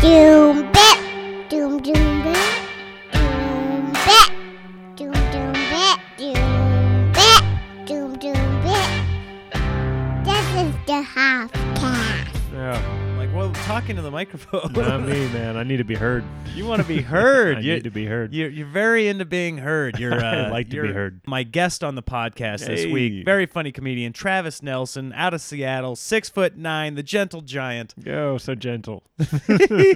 Doom bit. Doom doom bit. Doom bit. Doom doom bit. Doom bit. Doom doom bit. This is the half cast. Yeah, Like, well, talking to the microphone. not me, man. I need to be heard. You want to be heard. I you, need to be heard. You're, you're very into being heard. You're I uh, like to be you're heard. My guest on the podcast this Hey. week, very funny comedian Travis Nelson, out of Seattle, six foot nine, the gentle giant. Go so gentle. I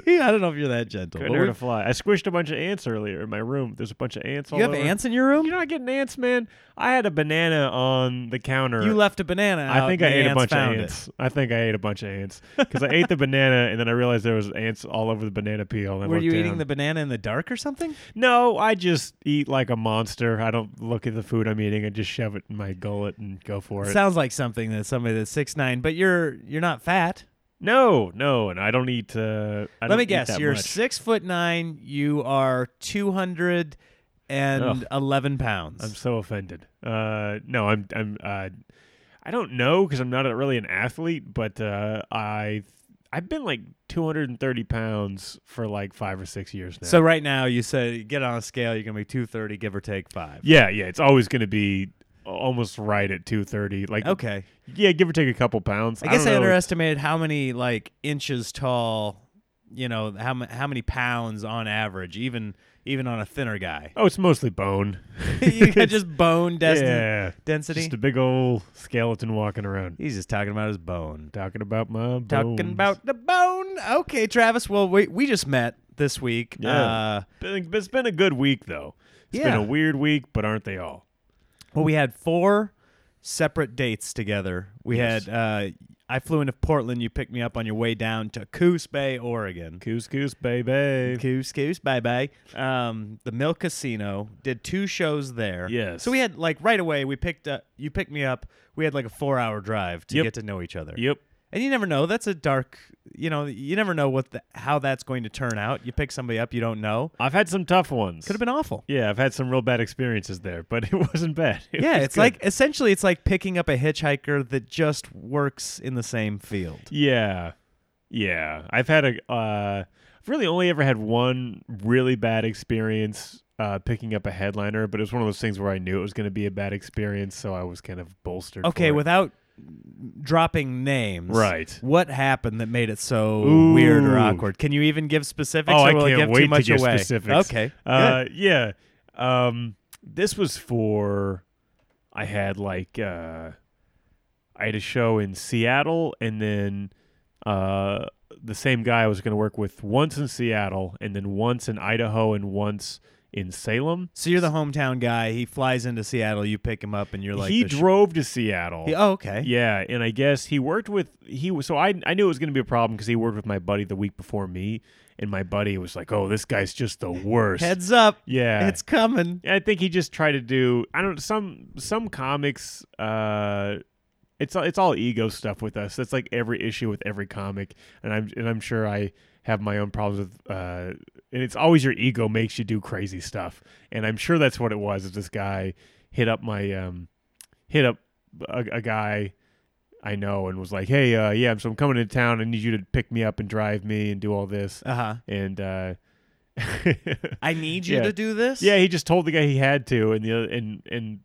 don't know if you're that gentle. Couldn't but hurt we're- a fly. I squished a bunch of ants earlier in my room. There's a bunch of ants. all you have over. ants in your room. You're not getting ants, man. I had a banana on the counter. You left a banana. I out think I and the ate a ants bunch of found it. ants. I think I ate a bunch of ants because I ate the banana and then I realized there was ants all over the banana peel. And I Were looked you down. eating the banana in the dark or something? No, I just eat like a monster. I don't look at the food I'm eating. I just shove it in my gullet and go for it. Sounds like something that somebody that's six nine, but you're you're not fat. no, no, and I don't eat. Uh, I Let don't me eat guess. that You're much. six foot nine. You are two hundred and eleven pounds. I'm so offended. Uh, no, I'm. I'm. Uh, I don't know because I'm not a, really an athlete, but uh, I. I've been like 230 pounds for like five or six years now. So right now, you said get on a scale. You're gonna be two thirty, give or take five. yeah, yeah, it's always going to be almost right at 230. Like Okay. yeah, give or take a couple pounds. I guess don't I, know. underestimated how many like inches tall. You know how ma- how many pounds on average, even even on a thinner guy. Oh, it's mostly bone. you got just bone density. yeah, density. just a big old skeleton walking around. He's just talking about his bone. Talking about my bones. Talking about the bone. Okay, Travis. Well, we we just met this week. Yeah. Uh, Been- It's been a good week though. It's Yeah. been a weird week, but aren't they all? Well, we had four separate dates together. We Yes. had uh, I flew into Portland. You picked me up on your way down to Coos Bay, Oregon. Couscous, baby. Coos, Coos, bye bye. Um, the Mill Casino did two shows there. Yes. So we had like right away. We picked up. You picked me up. We had like a four-hour drive to Yep. get to know each other. Yep. And you never know. That's a dark. You know, you never know what the, how that's going to turn out. You pick somebody up you don't know. I've had some tough ones. Could have been awful. Yeah, I've had some real bad experiences there, but it wasn't bad. It yeah, was it's good. like essentially it's like picking up a hitchhiker that just works in the same field. Yeah. Yeah. I've had a uh I've really only ever had one really bad experience uh picking up a headliner, but it was one of those things where I knew it was going to be a bad experience, so I was kind of bolstered. Okay, for it. without dropping names, Right. What happened that made it so Ooh. weird or awkward? Can you even give specifics? Oh, or I will it can't give wait too much to give away? specifics. Okay, Uh yeah. Um this was for I had like uh I had a show in Seattle and then uh the same guy I was going to work with once in Seattle and then once in Idaho and once in Salem. so you're the hometown guy. He flies into Seattle. You pick him up, and you're like, he the sh- drove to Seattle. He- oh, okay. Yeah, and I guess he worked with he was so I I knew it was going to be a problem because he worked with my buddy the week before me, and my buddy was like, "Oh, this guy's just the worst." Heads up, yeah, it's coming. I think he just tried to do I don't some some comics uh it's all- it's all ego stuff with us. That's like every issue with every comic and I'm and I'm sure I have my own problems with uh and it's always your ego makes you do crazy stuff. And I'm sure that's what it was. Is this guy hit up my um hit up a, a guy I know and was like, "Hey, uh yeah, so I'm coming to town. I need you to pick me up and drive me and do all this." Uh huh. And uh I need you Yeah. to do this. yeah, he just told the guy he had to, and the other, and and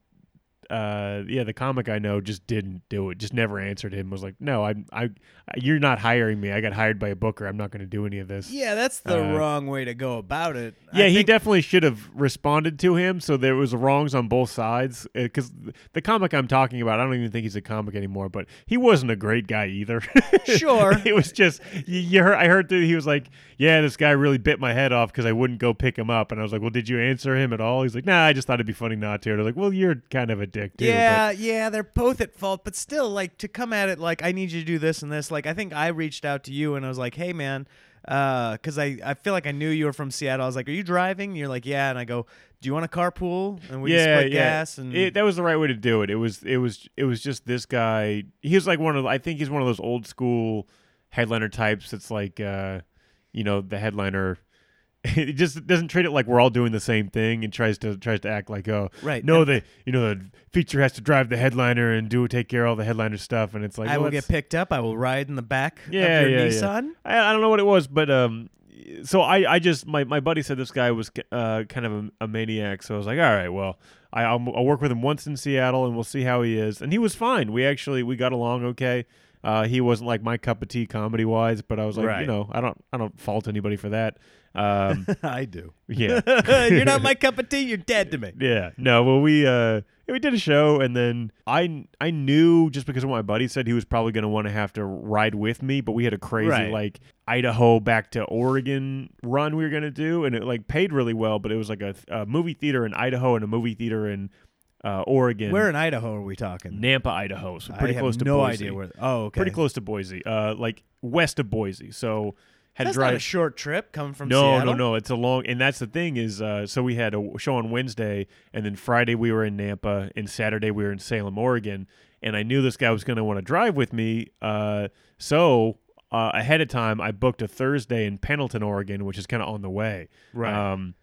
uh, yeah, the comic I know just didn't do it. Just never answered him. Was like, no, I, I, you're not hiring me. I got hired by a booker. I'm not going to do any of this. Yeah, that's the Uh, wrong way to go about it. I Yeah, he think- definitely should have responded to him. So there was wrongs on both sides. Because the comic I'm talking about, I don't even think he's a comic anymore. But he wasn't a great guy either. Sure. it was just you, you heard. I heard that he was like, "Yeah, this guy really bit my head off because I wouldn't go pick him up." And I was like, "Well, did you answer him at all?" He's like, "Nah, I just thought it'd be funny not to." And I was like, "Well, you're kind of a dick, too." yeah, yeah, they're both at fault, but still, like, to come at it like, I need you to do this and this. Like, I think I reached out to you and I was like, hey, man, because I, I feel like I knew you were from Seattle. I was like, are you driving? And you're like, yeah. And I go, do you want a carpool? But And we yeah, split yeah. gas. And It- that was the right way to do it. It was, it was, it was just this guy. He was like one of, I think he's one of those old school headliner types. It's like, uh, you know, the headliner. It just doesn't treat it like we're all doing the same thing, and tries to tries to act like, oh, Right, No, and- the you know the feature has to drive the headliner and do take care of all the headliner stuff, and it's like I well, will that's- get picked up. I will ride in the back yeah, of your yeah, yeah. Nissan. I, I don't know what it was, but um, so I, I just my, my buddy said this guy was uh, kind of a, a maniac so i was like all right well I, I'll, I'll work with him once in seattle and we'll see how he is and he was fine we actually we got along okay uh, he wasn't like my cup of tea comedy wise but i was like you Right. know i don't i don't fault anybody for that um, I do. yeah You're not my cup of tea. You're dead to me. yeah. No, well we uh yeah, we did a show and then I I knew just because of what my buddy said he was probably going to want to have to ride with me, but we had a crazy Right. like Idaho back to Oregon run we were going to do and it like paid really well, but it was like a, a movie theater in Idaho and a movie theater in uh, Oregon. Where in Idaho are we talking? Nampa, Idaho. So pretty I close have to no Boise. idea where. Oh, okay. Pretty close to Boise. Uh like west of Boise. So had That's to drive not a short trip coming from no, Seattle. no, no. It's a long, and that's the thing is, uh, so we had a w- show on Wednesday, and then Friday we were in Nampa, and Saturday we were in Salem, Oregon, and I knew this guy was going to want to drive with me, uh, so uh, ahead of time I booked a Thursday in Pendleton, Oregon, which is kind of on the way, Right. Um,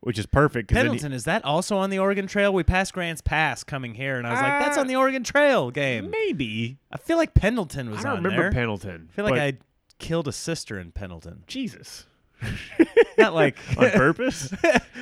which is perfect. 'cause then you- Pendleton, is that also on the Oregon Trail? We passed Grants Pass coming here, and I was like, that's on Uh, the Oregon Trail game. maybe I feel like Pendleton was I don't on remember there. Pendleton. I feel like but- I killed a sister in Pendleton. Jesus Not like. on purpose.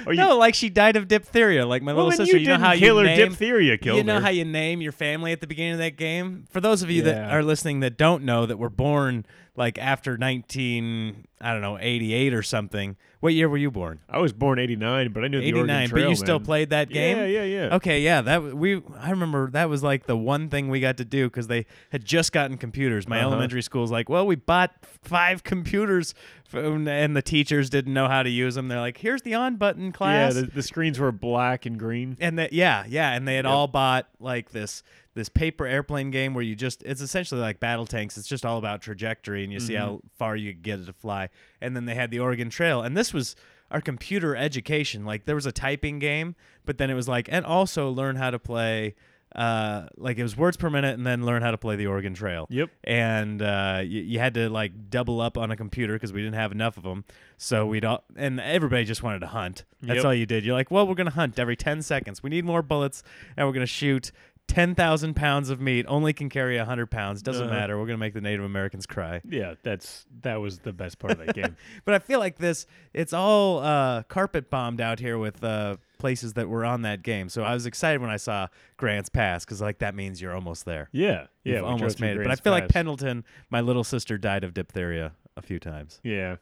Or you- no, like she died of diphtheria. Like my Well, little then sister. you You, know didn't how kill you her, name, diphtheria You killed know her. how you name your family at the beginning of that game. For those of you that Yeah. are listening that don't know that were born like after nineteen, I don't know, eighty eight or something. What year were you born? I was born '89, but I knew the Eighty Oregon nine. But Trail, you still man. played that game. Yeah, yeah, yeah. Okay, yeah, that w- we I remember that was like the one thing we got to do because they had just gotten computers. My Uh-huh. elementary school's like, well, we bought five computers, f- and the teachers didn't know how to use them. They're like, here's the on button class, Yeah, the, the screens were black and green. and that yeah, yeah, and they had all bought like this this paper airplane game where you just it's essentially like battle tanks. It's just all about trajectory, and you see how far you get it to fly. And then they had the Oregon Trail, and this was our computer education. Like there was a typing game, but then it was like and also learn how to play. Uh, like it was words per minute, and then learn how to play the Oregon Trail. Yep. And uh, you, you had to like double up on a computer because we didn't have enough of them. So we'd all and everybody just wanted to hunt. That's Yep. all you did. You're like, well, we're gonna hunt every ten seconds. We need more bullets, and we're gonna shoot ten thousand pounds of meat. Only can carry hundred pounds. Doesn't Uh-huh. matter. We're gonna make the Native Americans cry. Yeah, that's that was the best part of that game. But I feel like this. It's all uh, carpet bombed out here with. Uh, places that were on that game so i was excited when i saw grant's pass because like that means you're almost there Yeah, yeah, You've we drove almost through made it. But I Grants feel like Pass. Pendleton, my little sister died of diphtheria a few times. Yeah.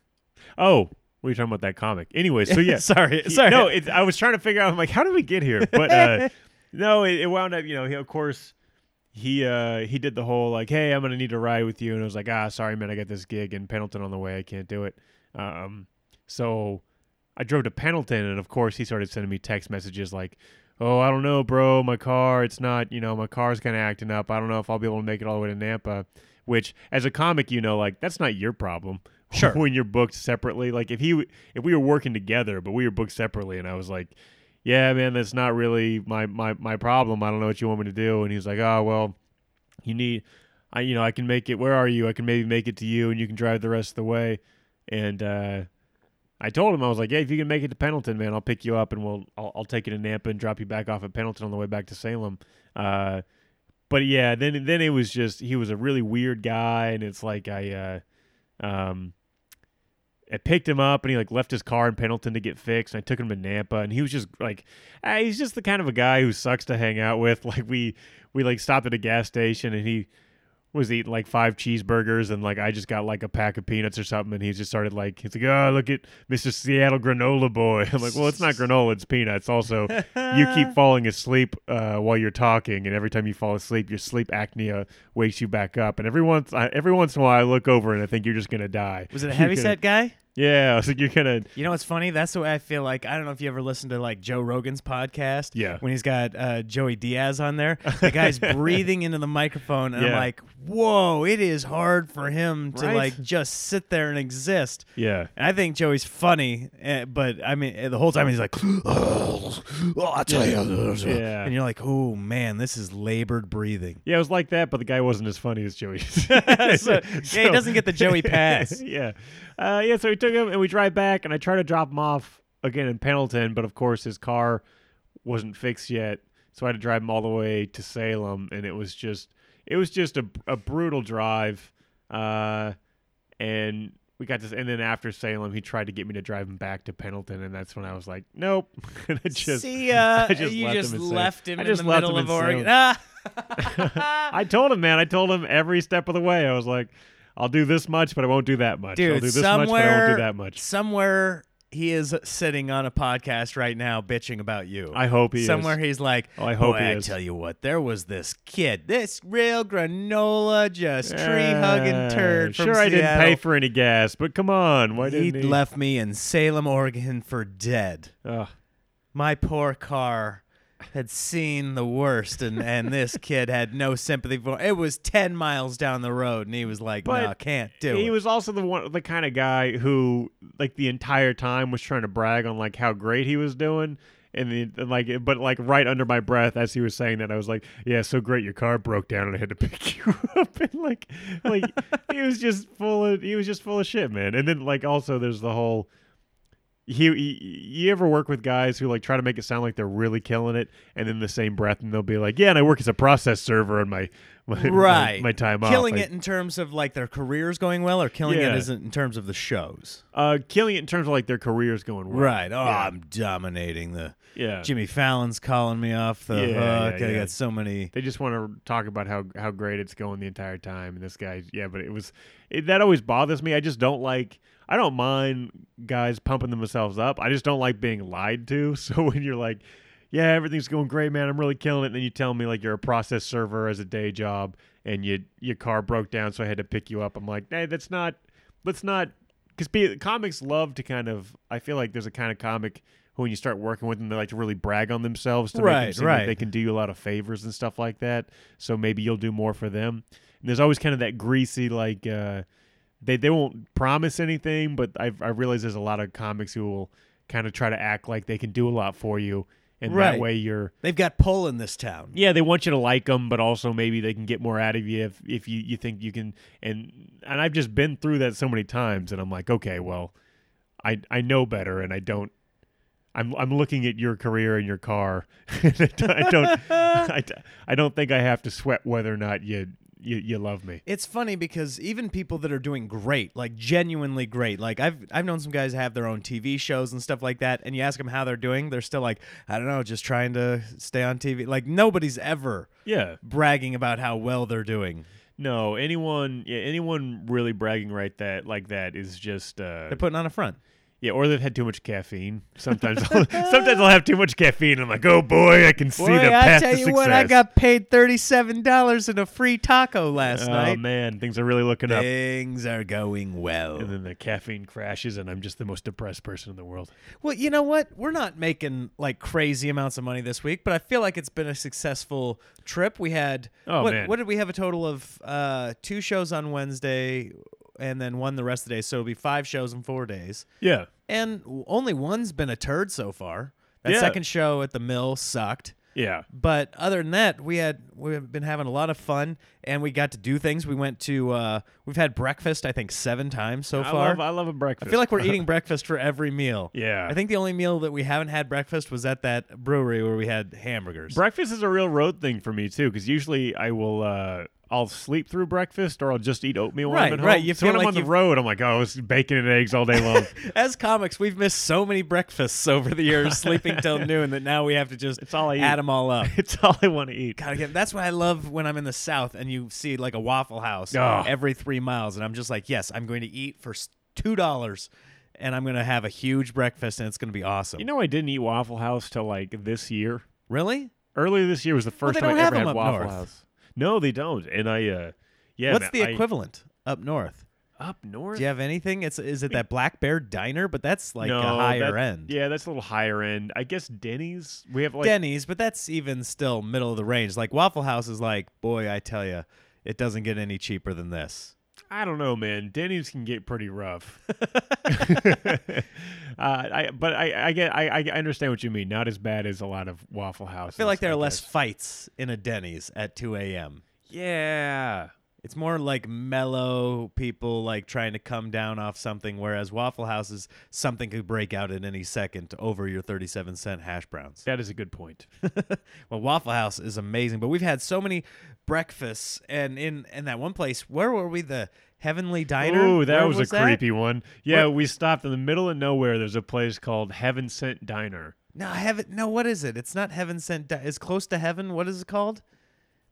Oh, we were talking about that comic. Anyway, so yeah, sorry, sorry. No, it, I was trying to figure out. I'm like, how did we get here? But uh, no, it, it wound up. You know, he, of course, he uh, he did the whole like, hey, I'm gonna need to ride with you, and I was like, ah, sorry, man, I got this gig in Pendleton on the way, I can't do it. Um, so I drove to Pendleton, and of course, he started sending me text messages like. Oh, I don't know, bro. My car, it's not, you know, my car's kind of acting up. I don't know if I'll be able to make it all the way to Nampa, which as a comic, you know, like that's not your problem. Sure. when you're booked separately. Like if he w- if we were working together, but we were booked separately, and I was like, "Yeah, man, that's not really my my my problem. I don't know what you want me to do." And he's like, "Oh, well, you need, I you know, I can make it. Where are you? I can maybe make it to you, and you can drive the rest of the way." And uh, I told him I was like, "Yeah, if you can make it to Pendleton, man, I'll pick you up, and we'll I'll, I'll take you to Nampa and drop you back off at Pendleton on the way back to Salem." Uh, but yeah, then then it was just he was a really weird guy, and it's like I, uh, um, I picked him up, and he like left his car in Pendleton to get fixed, and I took him to Nampa, and he was just like, ah, he's just the kind of a guy who sucks to hang out with. Like we we like stopped at a gas station, and he was eating like five cheeseburgers and like I just got like a pack of peanuts or something and he just started like he's like oh look at Mr. Seattle granola boy I'm like well it's not granola it's peanuts also you keep falling asleep uh, while you're talking and every time you fall asleep your sleep apnea wakes you back up and every once I, every once in a while I look over and I think you're just gonna die Was it a You're heavy gonna- set guy? yeah I was like you're gonna You know what's funny? That's the way I feel like. I don't know if you ever listened to like Joe Rogan's podcast. Yeah. When he's got uh, Joey Diaz on there, the guy's breathing into the microphone, and I'm Yeah. like, whoa, it is hard for him to Right? like just sit there and exist. yeah And I think Joey's funny, eh, but I mean, eh, the whole time he's like, oh, I tell you. Yeah. And you're like, oh, man, this is labored breathing. yeah it was like that but the guy wasn't as funny as Joey So- yeah, he doesn't get the Joey pass. yeah. Uh, yeah, so we took him and we drive back, and I try to drop him off again in Pendleton, but of course his car wasn't fixed yet, so I had to drive him all the way to Salem, and it was just it was just a, a brutal drive, uh, and we got this, and then after Salem, he tried to get me to drive him back to Pendleton, and that's when I was like, nope. and I just, See ya. I just you left just him in Salem. left him I in just the left middle him of in Oregon. Salem. Ah! I told him, man. I told him every step of the way. I was like, I'll do this much, but I won't do that much. Dude, I'll do this much, but I somewhere, won't do that much. Somewhere he is sitting on a podcast right now bitching about you. I hope he is. somewhere he's like, Oh, I hope Boy, he I is." tell you what, there was this kid, this real granola, just tree Yeah, hugging turd. Sure, from I didn't pay Seattle. for any gas, but come on, why He didn't he? left me in Salem, Oregon for dead. Ugh. My poor car had seen the worst, and, and this kid had no sympathy for it. was 10 miles down the road, and he was like, But no, can't do he it. was also the one, the kind of guy who, like, the entire time was trying to brag on like how great he was doing, and, the, and like, but like right under my breath as he was saying that, I was like, "Yeah, so great, your car broke down, and I had to pick you up." And like, like he was just full of, he was just full of shit, man. And then like also, there's the whole. He, he- you ever work with guys who like try to make it sound like they're really killing it, and in the same breath, and they'll be like, "Yeah, and I work as a process server on my, my my- right. my, time off." Killing Like, it in terms of like their careers going well, or killing Yeah. it isn't in terms of the shows. Uh, killing it in terms of like their careers going well. Right. Oh, Yeah. I'm dominating the. Yeah. Jimmy Fallon's calling me off the Yeah, yeah, hook. I yeah. got so many. They just want to talk about how how great it's going the entire time, and this guy, yeah. But it was it, that always bothers me. I just don't like. I don't mind guys pumping themselves up. I just don't like being lied to. So when you're like, yeah, everything's going great, man. I'm really killing it. And then you tell me like you're a process server as a day job, and you your car broke down, so I had to pick you up. I'm like, hey, that's not. Let's not. Because comics love to kind of. I feel like there's a kind of comic who, when you start working with them, they like to really brag on themselves to make them Right, seem like right. they can do you a lot of favors and stuff like that. So maybe you'll do more for them. And there's always kind of that greasy like uh, they they won't promise anything, but I I realize there's a lot of comics who will kind of try to act like they can do a lot for you, and that Right. way you're They've got pull in this town. yeah they want you to like them, but also maybe they can get more out of you if if you you think you can and and I've just been through that so many times, and I'm like okay well, I I know better, and I don't. I'm, I'm looking at your career and your car. I don't I don't, I, d- I don't think I have to sweat whether or not you you, you love me. It's funny because even people that are doing great, like genuinely great, like I've I've known some guys that have their own TV shows and stuff like that, and you ask them how they're doing, they're still like, I don't know, just trying to stay on TV. Like nobody's ever Yeah. bragging about how well they're doing. No, anyone, yeah, anyone really bragging right that like that is just uh, They're putting on a front. yeah, or they've had too much caffeine. Sometimes, I'll, sometimes I'll have too much caffeine. And I'm like, oh boy, I can see the path to success. paid thirty-seven dollars in a free taco last oh man, things are really looking up. Things are going well. And then the caffeine crashes, and I'm just the most depressed person in the world. Well, you know what? We're not making like crazy amounts of money this week, but I feel like it's been a successful trip. We had Oh, what, man. what did we have a total of uh, two shows on Wednesday and then one the rest of the day, so it'll be five shows in 4 days. Yeah, And w- only one's been a turd so far. That Yeah. second show at the mill sucked. yeah, But other than that, we had we've been having a lot of fun and we got to do things. We went to uh, we've had breakfast I think 7 times so I far. love, I love a breakfast. I feel like we're eating breakfast for every meal. Yeah. I think the only meal that we haven't had breakfast was at that brewery where we had hamburgers. breakfast is a real road thing for me too, because usually I will. Uh, I'll sleep through breakfast, or I'll just eat oatmeal when I'm Right, at right. home. You so when feel I'm like on the you've- road, I'm like, oh, it's bacon and eggs all day long. As comics, we've missed so many breakfasts over the years, sleeping till noon, that now we have to just It's all I eat. add them all up. it's all I want to eat. God, again, that's what I love when I'm in the South and you see like a Waffle House Oh. every three miles, and I'm just like, yes, I'm going to eat for s- two dollars, and I'm going to have a huge breakfast, and it's going to be awesome. You know, I didn't eat Waffle House till like this year. really? Earlier this year was the first they time don't I have ever had them up Waffle north. House. No, they don't. And I, uh, yeah, What's man, the I- equivalent up north? up north? Do you have anything? It's is it that Black Bear Diner? But that's like no, a higher that- end. Yeah, that's a little higher end. I guess Denny's. We have like Denny's, but that's even still middle of the range. Like Waffle House is like, boy, I tell you, it doesn't get any cheaper than this. I don't know, man. Denny's can get pretty rough. uh, I but I I get I I understand what you mean. Not as bad as a lot of Waffle Houses. I feel like there are I less guess. fights in a Denny's at 2 a.m. Yeah. It's more like mellow people like trying to come down off something, whereas Waffle House is something could break out at any second over your 37 cent hash browns. That is a good point. well, Waffle House is amazing, but we've had so many breakfasts, and in and that one place, where were we? The Heavenly Diner. Ooh, that Where was, a that? creepy one. Yeah, we stopped in the middle of nowhere. There's a place called Heaven Sent Diner. No, heaven. No, what is it? It's not heaven sent. Di- it's close to heaven. What is it called?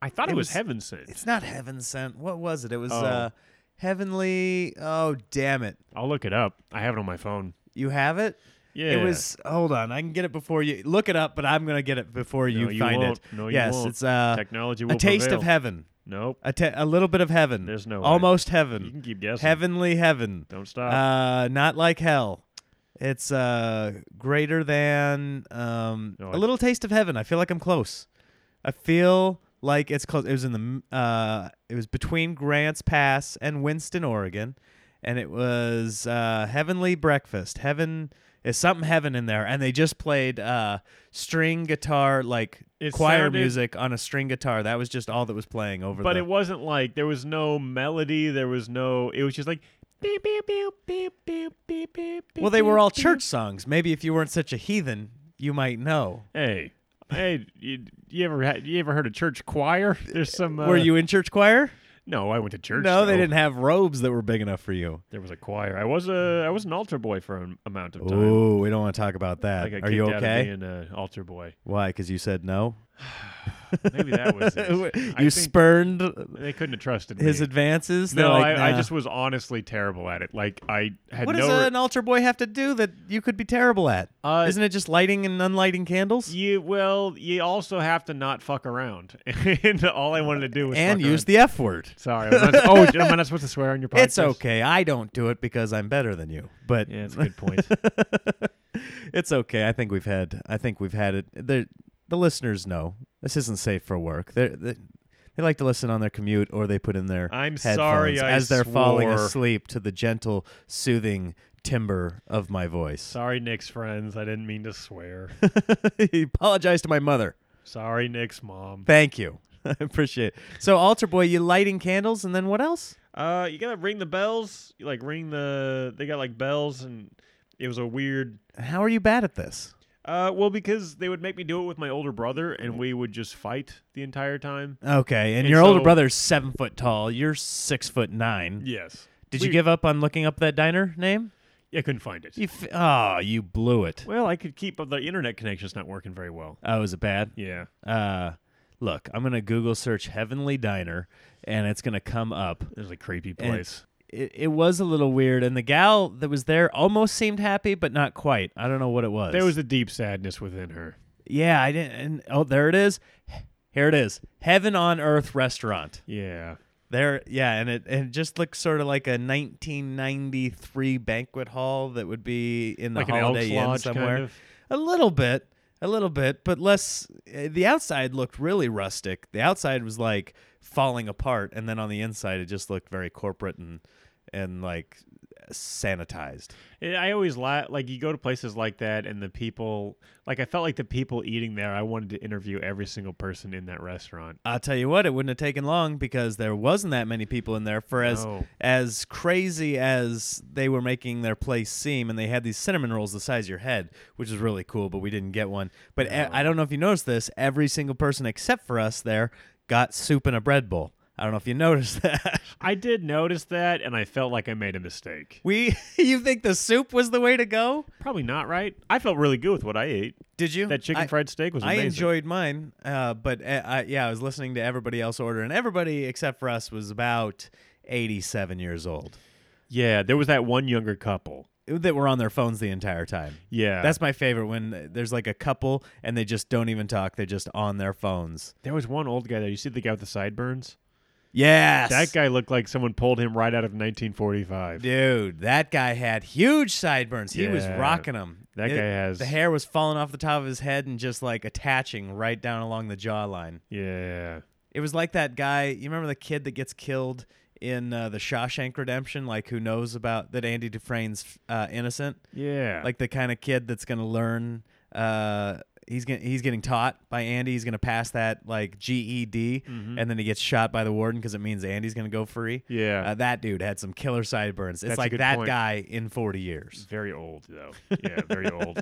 I thought it, It was, was- Heaven Sent. It's not heaven sent. What was it? It was Oh. uh, heavenly. Oh, damn it! I'll look it up. I have it on my phone. You have it. Yeah, It was. Hold on, I can get it before you look it up, but I'm gonna get it before No, you, you find won't. it. No, you yes, won't. it's uh, technology. Will a taste prevail. of heaven. Nope. A, ta a little bit of heaven. There's no way. almost You can heaven. keep guessing. Heavenly heaven. Don't stop. Uh, not like hell. It's uh greater than um No, I- a little taste of heaven. I feel like I'm close. I feel like it's close. It was in the m- uh it was between Grants Pass and Winston, Oregon, and it was uh heavenly breakfast. Heaven is something heaven in there, and they just played uh string guitar like It choir sounded- music on a string guitar. That was just all that was playing over. but the, it wasn't like there was no melody. There was no. It was just like. Beep, beep, beep, beep, beep, beep, beep, well, they were all beep, beep. church songs. Maybe if you weren't such a heathen, you might know. Hey, hey, you, you ever had, you ever heard of church choir? There's some. Uh, Were you in church choir? No, I went to church. No, they though. didn't have robes that were big enough for you. There was a choir. I was a I was an altar boy for an amount of time. Ooh, we don't want to talk about I that. got Are kicked you out of okay? being an altar boy. Why? Because you said no. Maybe that was it. I you think spurned They couldn't have trusted his me. advances. They're no, like, I, I "Nah." just was honestly terrible at it. Like I had What no. does re- an altar boy have to do that you could be terrible at? Uh, Isn't it just lighting and unlighting candles? you well, you also have to not fuck around. and all I wanted to do was And fuck use around. the F word. Sorry, I'm not, oh, am I not supposed to swear on your podcast? It's okay. I don't do it because I'm better than you. But Yeah, it's a good point. it's okay. I think we've had. I think we've had it. The the listeners know this isn't safe for work. They're, they they like to listen on their commute or they put in their I'm headphones sorry I as they're falling swore. asleep to the gentle, soothing timbre of my voice. Sorry, Nick's friends. I didn't mean to swear. Apologize to my mother. Sorry, Nick's mom. Thank you. I appreciate it. So, altar boy, you lighting candles and then what else? Uh, you gotta ring the bells. You, like ring the. They got like bells, and it was a weird. How are you bad at this? Uh, well, because they would make me do it with my older brother, and we would just fight the entire time. Okay, and, And your older so- brother's seven foot tall. You're six foot nine. Yes. Did We- you give up on looking up that diner name? I couldn't find it. You f- oh, you blew it. Well, I could keep the internet connection's not working very well. Oh, was it bad? Yeah. Uh, look, I'm gonna Google search Heavenly Diner, and it's gonna come up. It was a creepy And place. It, it was a little weird, and the gal that was there almost seemed happy, but not quite. I don't know what it was. There was a deep sadness within her. yeah, I didn't. And, oh, there it is. Here it is, Heaven on Earth Restaurant. Yeah. There, yeah, and it and it just looks sort of like a 1993 banquet hall that would be in the Like an Elks Holiday Inn Lodge kind somewhere. of? A little bit, a little bit, but less. uh, The outside looked really rustic. The outside was like falling apart, and then on the inside, it just looked very corporate and and like sanitized. It, I always la- like you go to places like that, and the people like I felt like the people eating there. I wanted to interview every single person in that restaurant. I'll tell you what, it wouldn't have taken long because there wasn't that many people in there for as No. as crazy as they were making their place seem and they had these cinnamon rolls the size of your head, which is really cool, but we didn't get one. But I I don't know if you noticed this, every single person except for us there got soup in a bread bowl. I don't know if you noticed that. I did notice that, and I felt like I made a mistake. We you think the soup was the way to go? Probably not right. I felt really good with what I ate. Did you? That chicken Mm, I- fried steak was I amazing. enjoyed mine, uh, but uh, I, yeah, I was listening to everybody else order, and everybody except for us was about 87 years old Yeah, there was that one younger couple. that were on their phones the entire time. Yeah, That's my favorite when there's like a couple and they just don't even talk; they're just on their phones. there was one old guy there. You see the guy with the sideburns? Yes, That guy looked like someone pulled him right out of 1945. dude, that guy had huge sideburns. He was Yeah. rocking them. That guy has- the hair was falling off the top of his head and just like attaching right down along the jawline. Yeah, It was like that guy. You remember the kid that gets killed in uh, the Shawshank Redemption? Like who knows about that Andy Dufresne's uh, innocent? yeah. Like the kind of kid that's gonna learn uh, he's gonna, he's getting taught by Andy. He's gonna pass that like GED, and then he gets shot by the warden because it means Andy's gonna go free. Mm-hmm. Yeah. uh, that dude had some killer sideburns. It's That's a like good that point. guy in forty years. Very old though. Yeah, very old.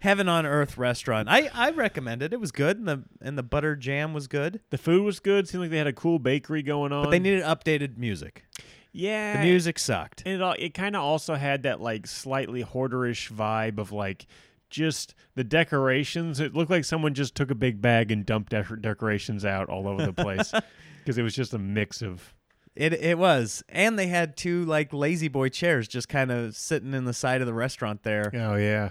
Heaven on Earth restaurant. I I recommend it. It was good, and the and the butter jam was good. The food was good. Seemed like they had a cool bakery going on. But they needed updated music. yeah. The music sucked. and it all, it kind of also had that like slightly hoarderish vibe of like just the decorations. It looked like someone just took a big bag and dumped dec- decorations out all over the place because it was just a mix of. It it was, and they had two like lazy boy chairs just kind of sitting in the side of the restaurant there. Oh yeah, We're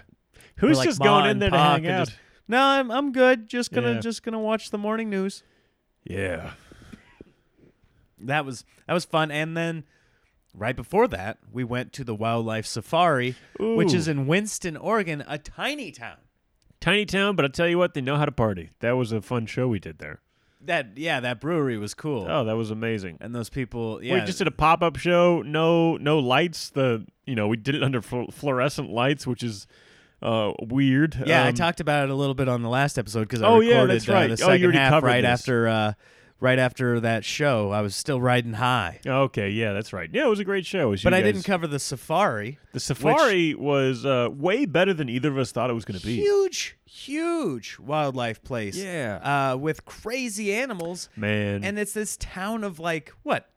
who's like, just "Ma going in and there to Pa hang can out? just- no, I'm I'm good. Just gonna Yeah. just gonna watch the morning news. yeah, That was that was fun. And then right before that, we went to the wildlife safari, which Ooh. is in Winston, Oregon, a tiny town. tiny town, but I tell you what, they know how to party. That was a fun show we did there. That yeah, that brewery was cool. Oh, that was amazing. And those people, yeah, We just did a pop up show. No, no lights. The you know we did it under flu- fluorescent lights, which is uh, weird. Yeah, I Um, talked about it a little bit on the last episode because I Oh, recorded yeah, that's uh, right. the Oh, you second already half covered right this. after uh, right after that show. I was still riding high, Okay, yeah, that's right. Yeah, it was a great show. it was but you I guys- didn't cover the safari. The safari was uh, way better than either of us thought it was going to be. Huge, huge wildlife place. Yeah. uh, with crazy animals, Man, and it's this town of like what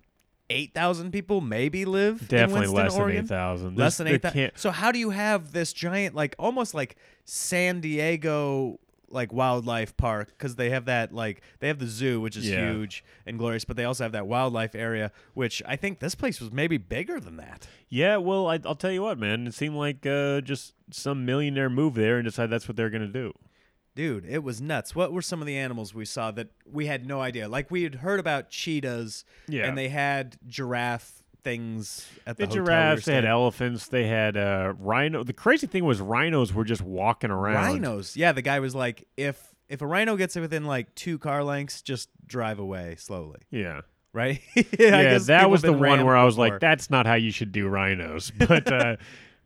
eight thousand people maybe live definitely in Winston, less than Oregon? eight thousand. Less than eight thousand. So how do you have this giant, like almost like San Diego, like wildlife park? Because they have that, like they have the zoo, which is Yeah. huge and glorious, but they also have that wildlife area, which I think this place was maybe bigger than that. Yeah, well, I, I'll tell you what, man. It seemed like uh, just some millionaire moved there and decided that's what they're going to do. Dude, it was nuts. What were some of the animals we saw that we had no idea? Like we had heard about cheetahs, Yeah. and they had giraffe things at the, The hotel we were giraffes, they had staying at. elephants, they had uh, rhino. The crazy thing was rhinos were just walking around. Rhinos. Yeah, the guy was like, if if a rhino gets within like two car lengths, just drive away slowly, Yeah. right? Yeah, that was the one where I was like, that's not how you should do rhinos. But uh,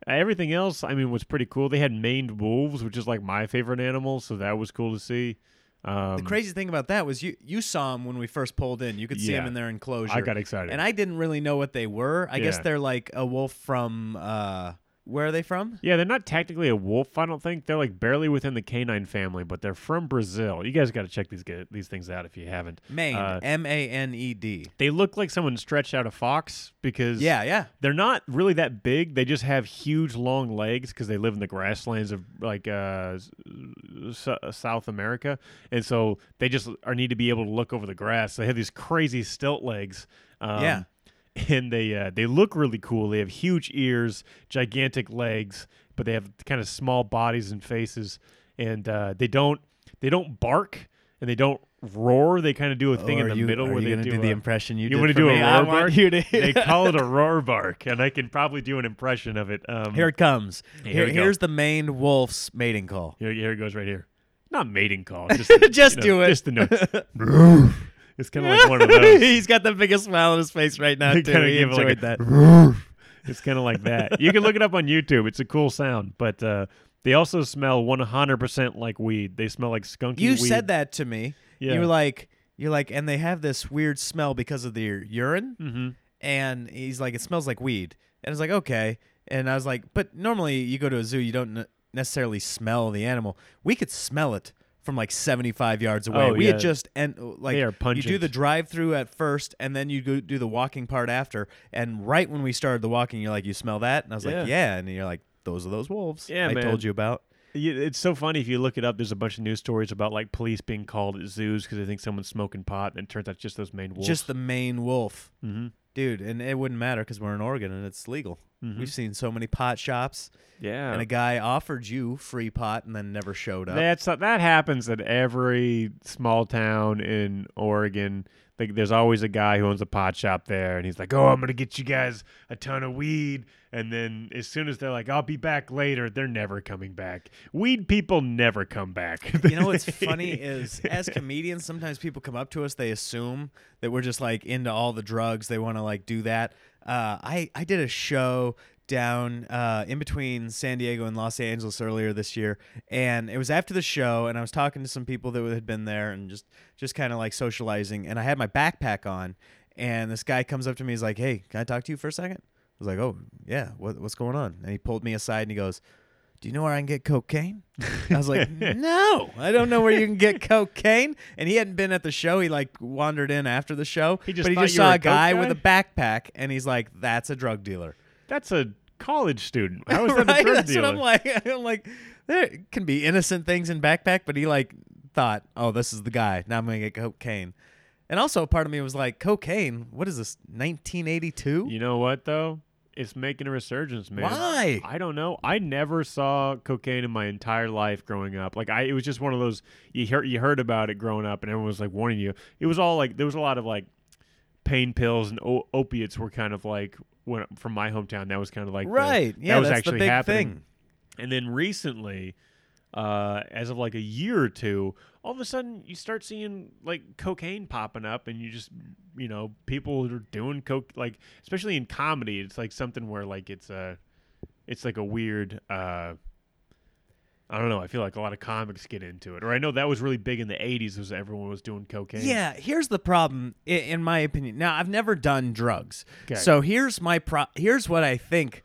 everything else, I mean, was pretty cool. They had maned wolves, which is like my favorite animal, so that was cool to see. Um, The crazy thing about that was you you saw them when we first pulled in. You could see them Yeah. in their enclosure. I got excited. and I didn't really know what they were. I guess Yeah. they're like a wolf from uh, where are they from? yeah, they're not technically a wolf, I don't think. They're like barely within the canine family, but they're from Brazil. You guys got to check these get, these things out if you haven't. Maine, Uh, M A N E D. They look like someone stretched out a fox because Yeah, yeah. they're not really that big. They just have huge, long legs because they live in the grasslands of like uh, s- s- uh, South America, and so they just are need to be able to look over the grass. They have these crazy stilt legs. Um, Yeah. and they uh, they look really cool. They have huge ears, gigantic legs, but they have kind of small bodies and faces, and uh, they don't they don't bark and they don't roar. They kind of do a thing Oh, in are the you, middle are where you they gonna do, do the a- impression you, you did want to for do me? a roar I bark? want you to they call it a roar bark, and I can probably do an impression of it. Um, Here it comes. Here Here, we go. here's the Maine wolf's mating call. here, here it goes right here. Not mating call, just the- Just you do it. Just the note. it's kind of like one of those. He's got the biggest smile on his face right now. They Too. kinda He give it like enjoyed a- that. It's kind of like that. You can look it up on YouTube. It's a cool sound, but uh, they also smell 100% like weed. They smell like skunky. You weed. said that to me. Yeah. You were like, you're like, and they have this weird smell because of their urine. hmm And he's like, it smells like weed. And I was like, okay. And I was like, but normally you go to a zoo, you don't ne- necessarily smell the animal. We could smell it from like 75 yards away. Oh, we yeah. had just and like They are you do pungent. the drive-through at first, and then you go do the walking part after. And right when we started the walking, you're like, you smell that? And I was Yeah. like, yeah. And you're like, those are those wolves. Yeah, I man. told you about. It's so funny if you look it up. There's a bunch of news stories about like police being called at zoos because they think someone's smoking pot, and it turns out it's just those main wolves. Just the main wolf. hmm dude and it wouldn't matter because we're in oregon and it's legal Mm-hmm. we've seen so many pot shops yeah. and a guy offered you free pot and then never showed up That's that happens at every small town in Oregon. Like, there's always a guy who owns a pot shop there, and he's like, "Oh, I'm gonna get you guys a ton of weed," and then as soon as they're like, "I'll be back later," they're never coming back. Weed people never come back. you know what's funny is as comedians sometimes people come up to us they assume that we're just like into all the drugs they want to like do that uh, I, I did a show down uh, in between San Diego and Los Angeles earlier this year, and it was after the show, and I was talking to some people that had been there and just just kind of like socializing, and I had my backpack on, and this guy comes up to me, he's like, "Hey, can I talk to you for a second? I was like, "Oh yeah, what, what's going on?" And he pulled me aside and he goes. Do you know where I can get cocaine? I was like, no, I don't know where you can get cocaine. And he hadn't been at the show. He like wandered in after the show. He just but he thought just you were saw a a coke guy guy? with a backpack and he's like, that's a drug dealer. That's a college student. How is that a Right? drug That's dealer? what I'm like. I'm like, there can be innocent things in backpack, but he like thought, oh, this is the guy. Now I'm gonna get cocaine. And also, part of me was like, cocaine. What is this? 1982? You know what though? It's making a resurgence, man. Why? I don't know. I never saw cocaine in my entire life growing up. Like I, it was just one of those you heard you heard about it growing up, and everyone was like warning you. It was all like there was a lot of like pain pills and o- opiates were kind of like when from my hometown. That was kind of like the- right. yeah, that was that's actually the big happening. thing. And then recently, uh, as of like a year or two, all of a sudden you start seeing like cocaine popping up, and you just you know people are doing coke like especially in comedy, it's like something where like it's a it's like a weird. Uh, I don't know. I feel like a lot of comics get into it, or I know that was really big in the '80s, was everyone was doing cocaine. Yeah, here's the problem, i- in my opinion. Now, I've never done drugs, 'Kay. so here's my pro. Here's what I think.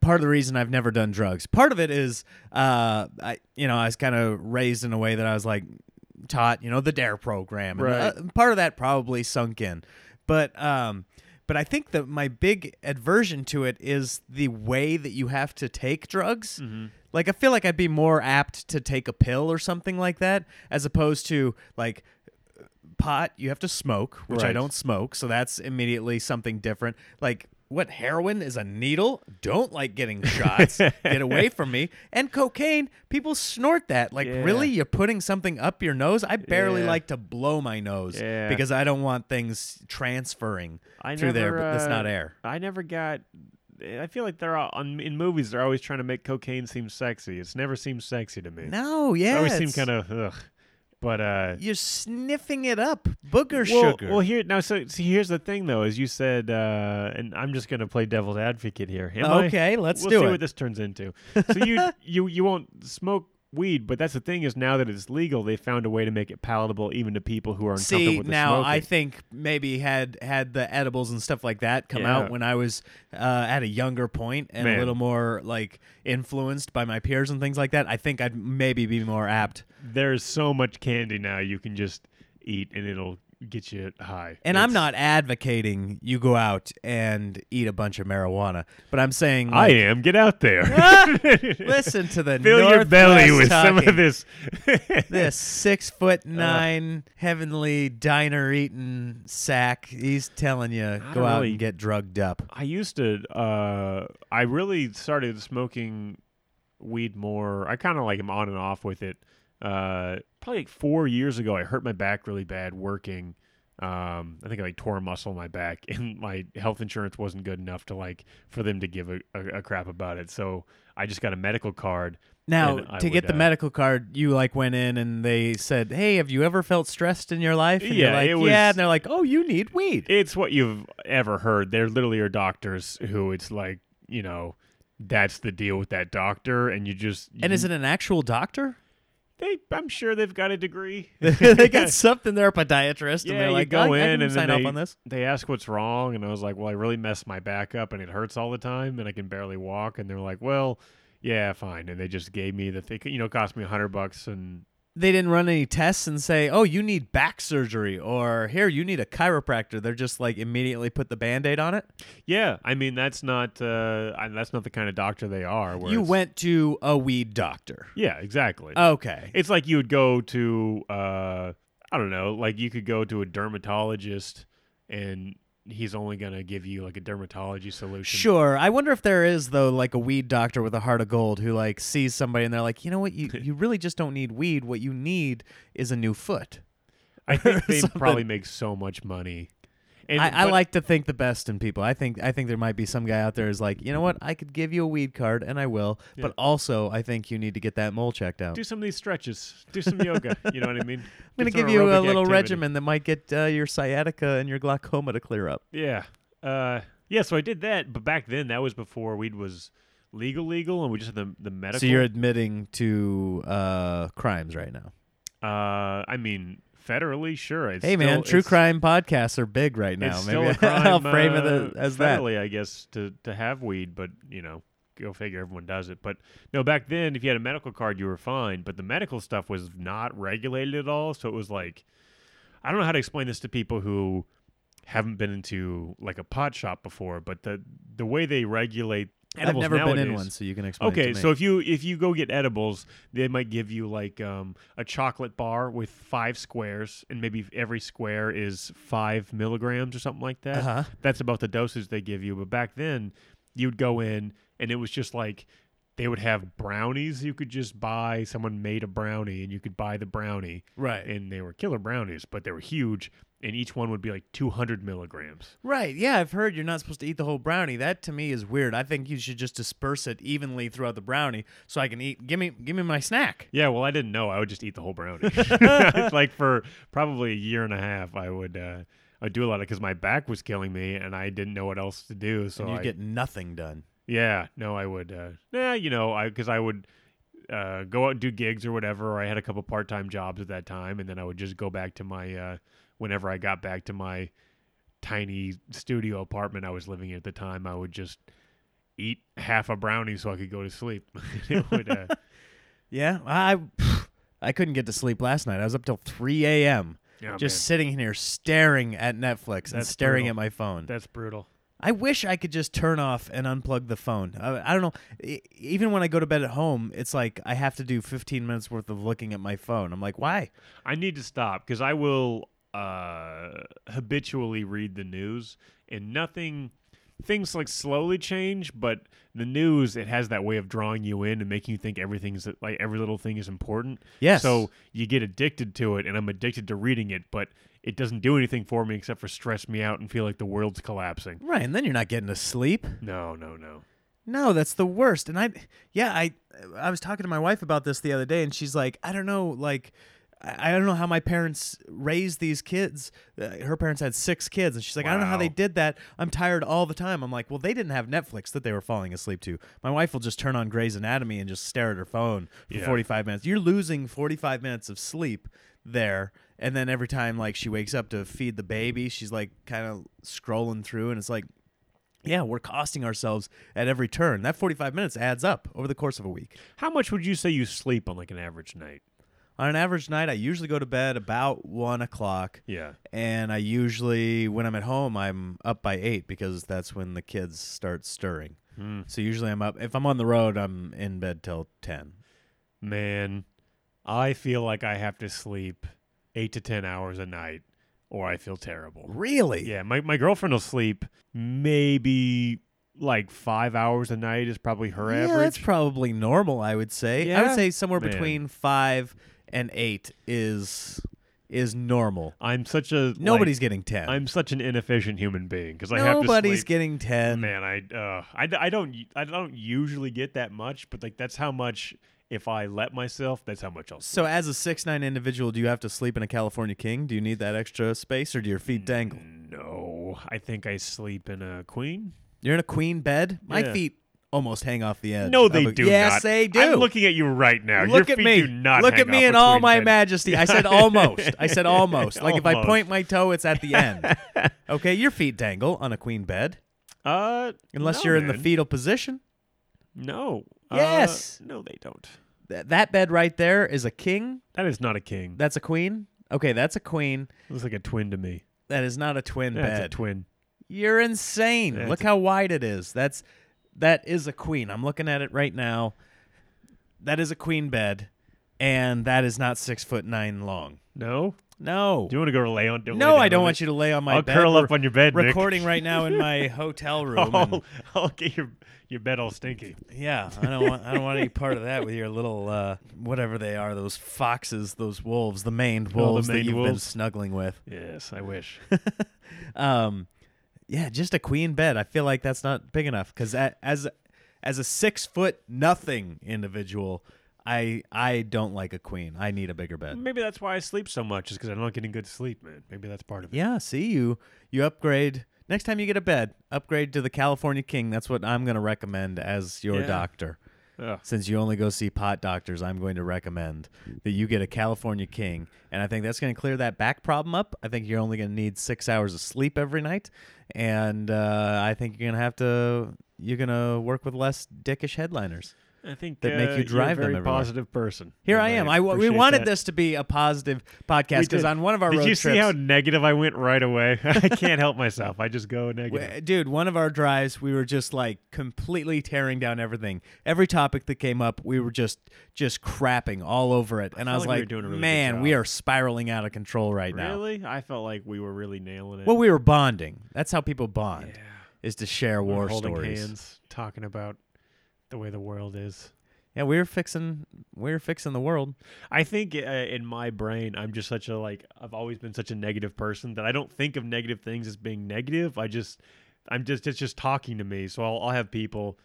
Part of the reason I've never done drugs. Part of it is, uh, I you know I was kind of raised in a way that I was like taught, you know, the Dare E program, and Right. uh, part of that probably sunk in, but um, but I think that my big aversion to it is the way that you have to take drugs. Like I feel like I'd be more apt to take a pill or something like that as opposed to like pot you have to smoke which i Right. don't smoke so that's immediately something different like what heroin is a needle don't like getting shots get away from me and cocaine people snort that like Yeah. really you're putting something up your nose i barely Yeah. like to blow my nose Yeah. because i don't want things transferring I through there never, but that's uh, not air I never got. I feel like they're all, on, in movies. They're always trying to make cocaine seem sexy. It's never seemed sexy to me. no I yeah always seem it's- kind of ugh. But uh, you're sniffing it up booger well, sugar well, here now. So see, here's the thing, though. As you said, uh, and I'm just gonna play devil's advocate here. Am I? okay let's we'll do see it what this turns into. So you you you won't smoke weed, but that's the thing is now that it's legal, they found a way to make it palatable even to people who are uncomfortable See with the now, I smoking. think maybe had had the edibles and stuff like that come Yeah. out when I was uh, at a younger point and Man. a little more like influenced by my peers and things like that. I think I'd maybe be more apt. There's so much candy now you can just eat and it'll get you high. And I'm It's- not advocating you go out and eat a bunch of marijuana, but I'm saying I like, ah, am. Get out there. listen to the Fill your belly Northwest with some talking. of this. Uh. This six foot nine heavenly diner eating sack, he's telling you I go don't out really- and get drugged up. I used to. Uh, I really started smoking weed more. I kind of like am on and off with it. Uh, probably like four years ago, I hurt my back really bad working. Um, I think I like tore a muscle in my back, and my health insurance wasn't good enough to like for them to give a, a, a crap about it. So I just got a medical card. Now, and I to get would, the uh, medical card, you like went in and they said, "Hey, have you ever felt stressed in your life?" And Yeah, you're like, it was- yeah, and they're like, "Oh, you need weed." It's what you've ever heard. There literally are doctors who it's like you know that's the deal with that doctor, and you just and is it an actual doctor? They, I'm sure they've got a degree. they got something. They're a podiatrist, Yeah, and they're you like, go "I- I in can and sign then off they- on this." They ask what's wrong, and I was like, "Well, I really messed my back up, and it hurts all the time, and I can barely walk." And they're like, "Well, yeah, fine." And they just gave me the thing. You know, it cost me a hundred bucks, and They didn't run any tests and say, "Oh, you need back surgery," or "Here, you need a chiropractor." They're just like immediately put the band-aid on it. yeah, I mean, that's not uh, I, that's not the kind of doctor they are. Where You it's- went Uh, to a weed doctor. yeah, exactly. Okay. it's like you would go to uh, I don't know, like you could go to a dermatologist, and he's only gonna give you like a dermatology solution. Sure. I wonder if there is though like a weed doctor with a heart of gold who like sees somebody and they're like, you know what, you, you really just don't need weed. What you need is a new foot. I think they Something. probably make so much money. And, I, I but- like to think the best in people. I think I think there might be some guy out there who's like, you know what, I could give you a weed card and I will, but also I think you need to get that mole checked out. do some of these stretches, do some yoga. You know what I mean? I'm gonna give you a little regimen that might get uh, your sciatica and your glaucoma to clear up. Yeah. Uh, Yeah, so I did that, but back then that was before weed was legal, legal, and we just had the the medical. So you're admitting to uh, crimes right now. uh, I mean, federally, sure. It's Hey man, still- true it's- crime podcasts are big right now. It's Maybe still a crime, I'll frame it uh, as- as that. federally, I guess, to to have weed, but you know, go figure, everyone does it. But no, back then, if you had a medical card, you were fine. But the medical stuff was not regulated at all, so it was like, I don't know how to explain this to people who haven't been into like a pot shop before, but the the way they regulate. I've edibles never been in nowadays- one, so you can explain. it to Okay, me. so if you if you go get edibles, they might give you like um, a chocolate bar with five squares, and maybe every square is five milligrams or something like that. Uh-huh. That's about the dosage they give you. But back then, you'd go in, and it was just like they would have brownies. You could just buy. Someone made a brownie, and you could buy the brownie, right, and they were killer brownies, but they were huge, and each one would be like two hundred milligrams. Right. Yeah, I've heard you're not supposed to eat the whole brownie. That to me is weird. I think you should just disperse it evenly throughout the brownie so I can eat. Give me, give me my snack. Yeah, well, I didn't know. I would just eat the whole brownie. like for probably a year and a half, I would uh, I'd do a lot of because my back was killing me, and I didn't know what else to do. So And you I- get nothing done. yeah, no, I would. Uh, nah, you know, I because I would uh, go out and do gigs or whatever. Or I had a couple part time jobs at that time, and then I would just go back to my uh, whenever I got back to my tiny studio apartment I was living in at the time. I would just eat half a brownie so I could go to sleep. it would. Uh, Yeah, I, I couldn't get to sleep last night. I was up till 3 a.m. yeah, just Oh, man, sitting here staring at Netflix and That's staring brutal. at my phone. that's brutal. I wish I could just turn off and unplug the phone. I, I don't know. E- Even when I go to bed at home, it's like I have to do 15 minutes worth of looking at my phone. I'm like, why? I need to stop because I will uh, habitually read the news and nothing. Things like slowly change, but the news it has that way of drawing you in and making you think everything's like every little thing is important. Yes. So you get addicted to it, and I'm addicted to reading it, but it doesn't do anything for me except for stress me out and feel like the world's collapsing. Right, and then you're not getting to sleep. No, no, no. No, that's the worst. And I, yeah, I, I was talking to my wife about this the other day, and she's like, I don't know, like, I I don't know how my parents raised these kids. Uh, her parents had six kids, and she's like, I don't know how they Wow. did that. I'm tired all the time. I'm like, well, they didn't have Netflix that they were falling asleep to. My wife will just turn on Grey's Anatomy and just stare at her phone for Yeah. 45 minutes. You're losing 45 minutes of sleep there. And then every time like she wakes up to feed the baby, she's like kind of scrolling through and it's like yeah, we're costing ourselves at every turn. That 45 minutes adds up over the course of a week. How much would you say you sleep on like an average night? On an average night, I usually go to bed about one o'clock, Yeah. and I usually, when I'm at home, I'm up by eight because that's when the kids start stirring. Hmm. So usually I'm up. If I'm on the road, I'm in bed till 10. man, I feel like I have to sleep eight to 10 hours a night or I feel terrible. Really? Yeah, my, my girlfriend will sleep maybe like five hours a night is probably her Yeah, that's average. probably normal, I would say. I would Yeah? say somewhere Man. between five and eight is is normal. I'm such a like, Nobody's getting 10. I'm such an inefficient human being because I have to Nobody's sleep. getting 10. Man, I, uh, I d- I don't I don't usually get that much, but like that's how much if I let myself, that's how much I'll. Sleep. So, as a six nine individual, do you have to sleep in a California king? Do you need that extra space, or do your feet dangle? No, I think I sleep in a queen. You're in a queen bed. My Yeah. feet almost hang off the edge. No, of they a- do. Yes, not. they do. I'm looking at you right now. Your Look at feet me. Do not Look hang at me off in a all queen my bed. majesty. I said almost. I said almost. Like if I Almost. point my toe, it's at the end. okay, your feet dangle on a queen bed, Uh, unless no, you're in the man. fetal position. No. Uh, Yes. no, they don't. Th- that bed right there is a king. That is not a king. That That's a queen. Okay, that's a queen. looks like a twin to me. That is not a twin That's bed. a twin. You're insane. Yeah, Look it's a- how wide it is. That's that is a queen. I'm looking at it right now. That is a queen bed, and that is not six foot nine long. No. No. Do you want to go lay on? lay no, down I on don't it? want you to lay on my I'll bed. curl We're up on your bed, Nick. Oh. Recording right now in my hotel room. and- I'll, I'll get your your bed all stinky. yeah, I don't want I don't want any part of that with your little uh, whatever they are, those foxes, those wolves, the maned Oh, the wolves that maned you've been wolves. snuggling with. Yes, I wish. um yeah just a queen bed i feel like that's not big enough because as as a six foot nothing individual i i don't like a queen i need a bigger bed Maybe that's why I sleep so much, is because I'm not getting good sleep, man. Maybe that's part of it. yeah see you you upgrade Next time you get a bed, upgrade to the California King. That's what I'm going to recommend as your Yeah. doctor. Ugh. Since you only go see pot doctors, I'm going to recommend that you get a California King. And I think that's going to clear that back problem up. I think you're only going to need six hours of sleep every night. And uh, I think you're going to have to, you're going to work with less dickish headliners. I think That make uh, you you're drive a them very everywhere. positive person. Here and I am. I, w- we appreciate wanted that. this to be a positive podcast We because did. on one of our Did road you trips, see how negative I went right away? I can't help myself. I just go negative. W- Dude, one of our drives, we were just like completely tearing down everything. Every topic that came up, we were just just crapping all over it. And I, felt like was we like, were doing a really good man, job." we are spiraling out of control right now. Really? I felt like we were really nailing it. Well, we were bonding. That's how people bond Yeah. is to share We were war holding stories. hands, talking about the way the world is. Yeah, we were fixing we were fixing the world. I think uh, in my brain, I'm just such a like I've always been such a negative person that I don't think of negative things as being negative. I just I'm just it's just talking to me. So I'll, I'll have people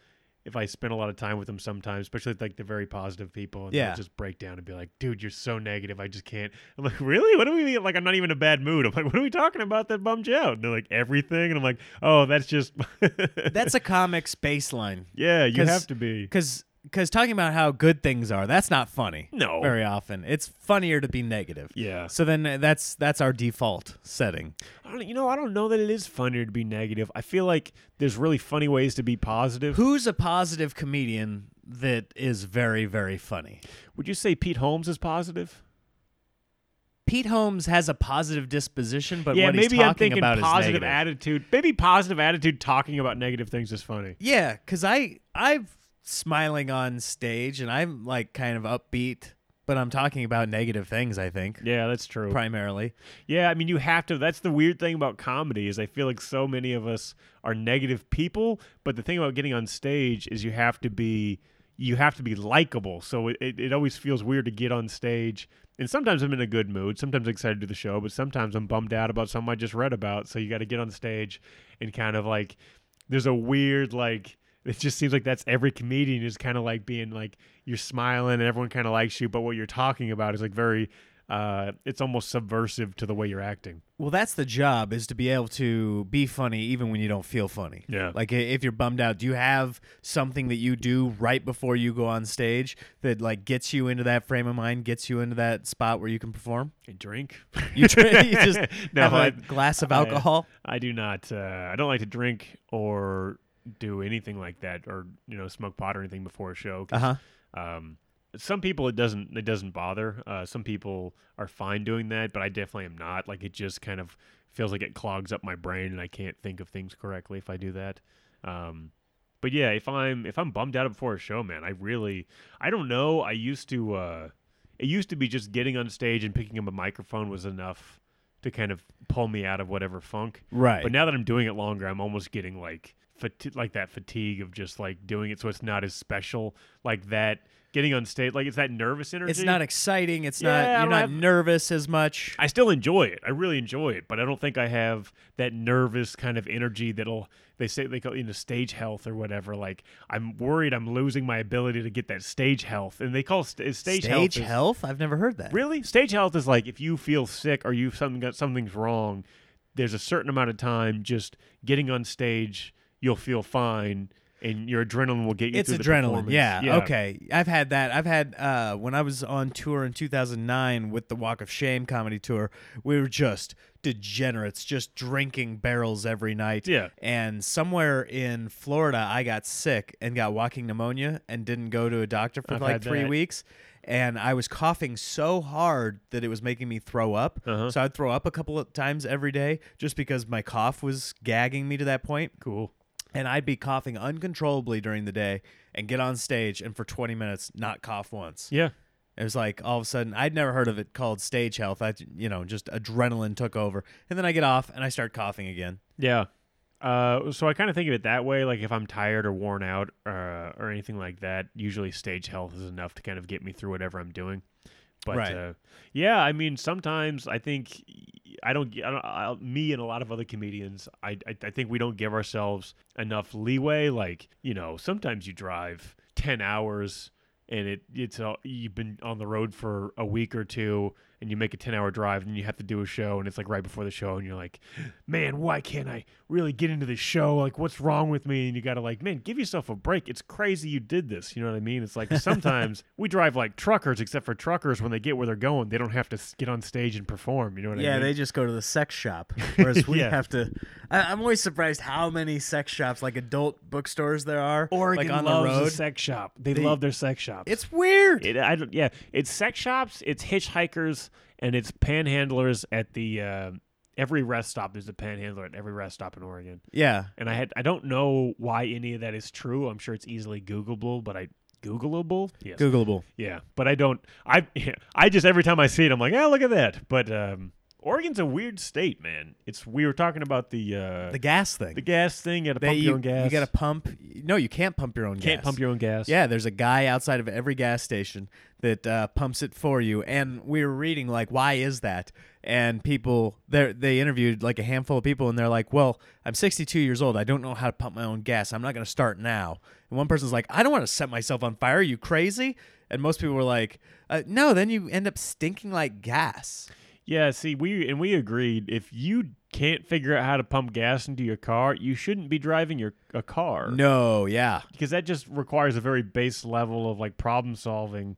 if I spend a lot of time with them sometimes, especially like the very positive people, and they'll Yeah. just break down and be like, "Dude, you're so negative. I just can't." I'm like, "Really? What do we mean? Like I'm not even in a bad mood." I'm like, "What are we talking about that bummed you out?" And they're like, "Everything." And I'm like, "Oh, that's just That's a comic's baseline. yeah. You 'cause- have to be Cause because talking about how good things are, that's not funny. no Very often. It's funnier to be negative. yeah." So then uh, that's that's our default setting. I don't, you know, I don't know that it is funnier to be negative. I feel like there's really funny ways to be positive. Who's a positive comedian that is very, very funny? Would you say Pete Holmes is positive? Pete Holmes has a positive disposition, but yeah, what maybe he's talking I'm thinking about is positive negative. attitude. Maybe positive attitude talking about negative things is funny. yeah, because I I'm smiling on stage and I'm like kind of upbeat, but I'm talking about negative things. I think Yeah, that's true. primarily. Yeah, I mean, you have to. That's the weird thing about comedy is I feel like so many of us are negative people. But the thing about getting on stage is you have to be you have to be likable. So it, it, it always feels weird to get on stage. And sometimes I'm in a good mood. Sometimes I'm excited to do the show, but sometimes I'm bummed out about something I just read about. So you got to get on stage and kind of like there's a weird like it just seems like that's every comedian is kind of like being like you're smiling and everyone kind of likes you, but what you're talking about is like very uh it's almost subversive to the way you're acting. Well, that's the job is to be able to be funny even when you don't feel funny. Yeah. Like i- if you're bummed out, do you have something that you do right before you go on stage that like gets you into that frame of mind, gets you into that spot where you can perform? A drink? You, try, you just No, have a I- glass of I- alcohol. I do not uh I don't like to drink or do anything like that or you know smoke pot or anything before a show. 'cause, Uh huh. Um some people it doesn't it doesn't bother. Uh some people are fine doing that, but I definitely am not. Like it just kind of feels like it clogs up my brain and I can't think of things correctly if I do that. Um but yeah, if I'm if I'm bummed out before a show, man, I really I don't know. I used to uh it used to be just getting on stage and picking up a microphone was enough to kind of pull me out of whatever funk. Right. But now that I'm doing it longer, I'm almost getting like fati- like that fatigue of just like doing it so it's not as special like that getting on stage like it's that nervous energy. it's not exciting. It's Yeah, I not. You're don't not have- nervous as much. I still enjoy it. I really enjoy it, but I don't think I have that nervous kind of energy that'll they say they call you know stage health or whatever. Like I'm worried I'm losing my ability to get that stage health, and they call st- stage, health. Stage is- health? I've never heard that. Really, stage health is like if you feel sick or you something got something's wrong. There's a certain amount of time just getting on stage, you'll feel fine, and your adrenaline will get you it's through the adrenaline performance. yeah, okay i've had that i've had uh when i was on tour in 2009 with the walk of shame comedy tour we were just degenerates just drinking barrels every night Yeah. and somewhere in florida i got sick and got walking pneumonia and didn't go to a doctor for I've like had three that. weeks and i was coughing so hard that it was making me throw up Uh-huh. so i'd throw up a couple of times every day just because my cough was gagging me to that point cool. and I'd be coughing uncontrollably during the day and get on stage and for 20 minutes not cough once. Yeah, It was like all of a sudden I'd never heard of it called stage health. I you know, just adrenaline took over. And then I get off and I start coughing again. Yeah. Uh, so I kind of think of it that way. Like if I'm tired or worn out uh, or anything like that, usually stage health is enough to kind of get me through whatever I'm doing. But Right. uh, yeah, I mean, sometimes I think I don't. I don't I, me and a lot of other comedians, I, I I think we don't give ourselves enough leeway. Like you know, sometimes you drive ten hours and it it's all, you've been on the road for a week or two and you make a 10 hour drive and you have to do a show and it's like right before the show and you're like man why can't i really get into this show like what's wrong with me and you gotta like man give yourself a break it's crazy you did this you know what i mean it's like sometimes we drive like truckers except for truckers when they get where they're going they don't have to s- get on stage and perform you know what i Yeah, mean they just go to the sex shop, whereas we Yeah. have to. I, I'm always surprised how many sex shops, like adult bookstores, there are. Oregon like on loves the a road. sex shop. They, love their sex shops. it's weird. It, I don't, yeah, it's sex shops, it's hitchhikers, and it's panhandlers at the uh, every rest stop. There's a panhandler at every rest stop in Oregon, yeah, and I had I don't know why any of that is true. I'm sure it's easily Googleable, but I Googleable, yes, Googleable. yeah, but I don't. I I just every time I see it, I'm like, ah, look at that. But um, Oregon's a weird state, man. It's we were talking about the uh, The the, gas thing. gas thing. You gotta They- pump you, your own gas. You got to pump. No, you can't pump your own gas. can't pump your own gas. Yeah, there's a guy outside of every gas station that uh, pumps it for you, and we were reading like, why is that? And people, they they interviewed like a handful of people, and they're like, well, I'm 62 years old. I don't know how to pump my own gas. I'm not going to start now. And one person's like, I don't want to set myself on fire. Are you crazy? And most people were like, uh, no. Then you end up stinking like gas. Yeah, see, we and we agreed if you can't figure out how to pump gas into your car, you shouldn't be driving your a car. No, yeah. Because that just requires a very base level of like problem solving.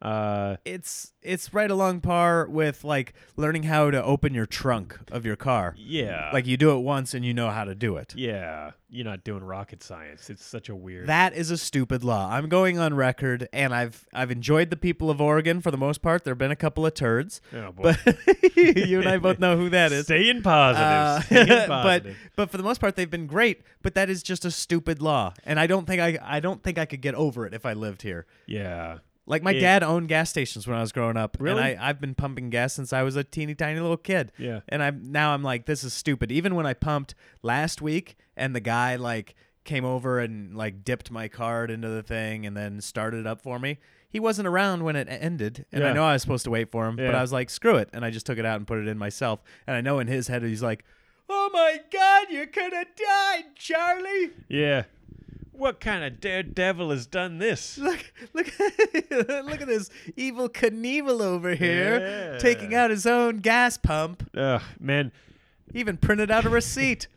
Uh It's it's right along par with like learning how to open your trunk of your car. yeah. Like you do it once and you know how to do it. yeah, you're not doing rocket science. It's such a weird That is a stupid law. I'm going on record, and I've I've enjoyed the people of Oregon for the most part. There have been a couple of turds, Oh, boy. but you and I both know who that is. Staying positive. Uh, staying but positive. but for the most part, they've been great. But that is just a stupid law, and I don't think I I don't think I could get over it if I lived here. yeah. Like my It- dad owned gas stations when I was growing up, Really? and I, I've been pumping gas since I was a teeny tiny little kid. Yeah. and I'm now I'm like, this is stupid. Even when I pumped last week, and the guy like came over and like dipped my card into the thing and then started it up for me. He wasn't around when it e-, ended, and I Yeah. know I was supposed to wait for him, but Yeah. I was like, screw it, and I just took it out and put it in myself. And I know in his head he's like, oh my god, you could have died, Charlie. Yeah. What kind of daredevil has done this? Look, look, look at this evil Knievel over here Yeah. taking out his own gas pump. Ugh, man. Even printed out a receipt.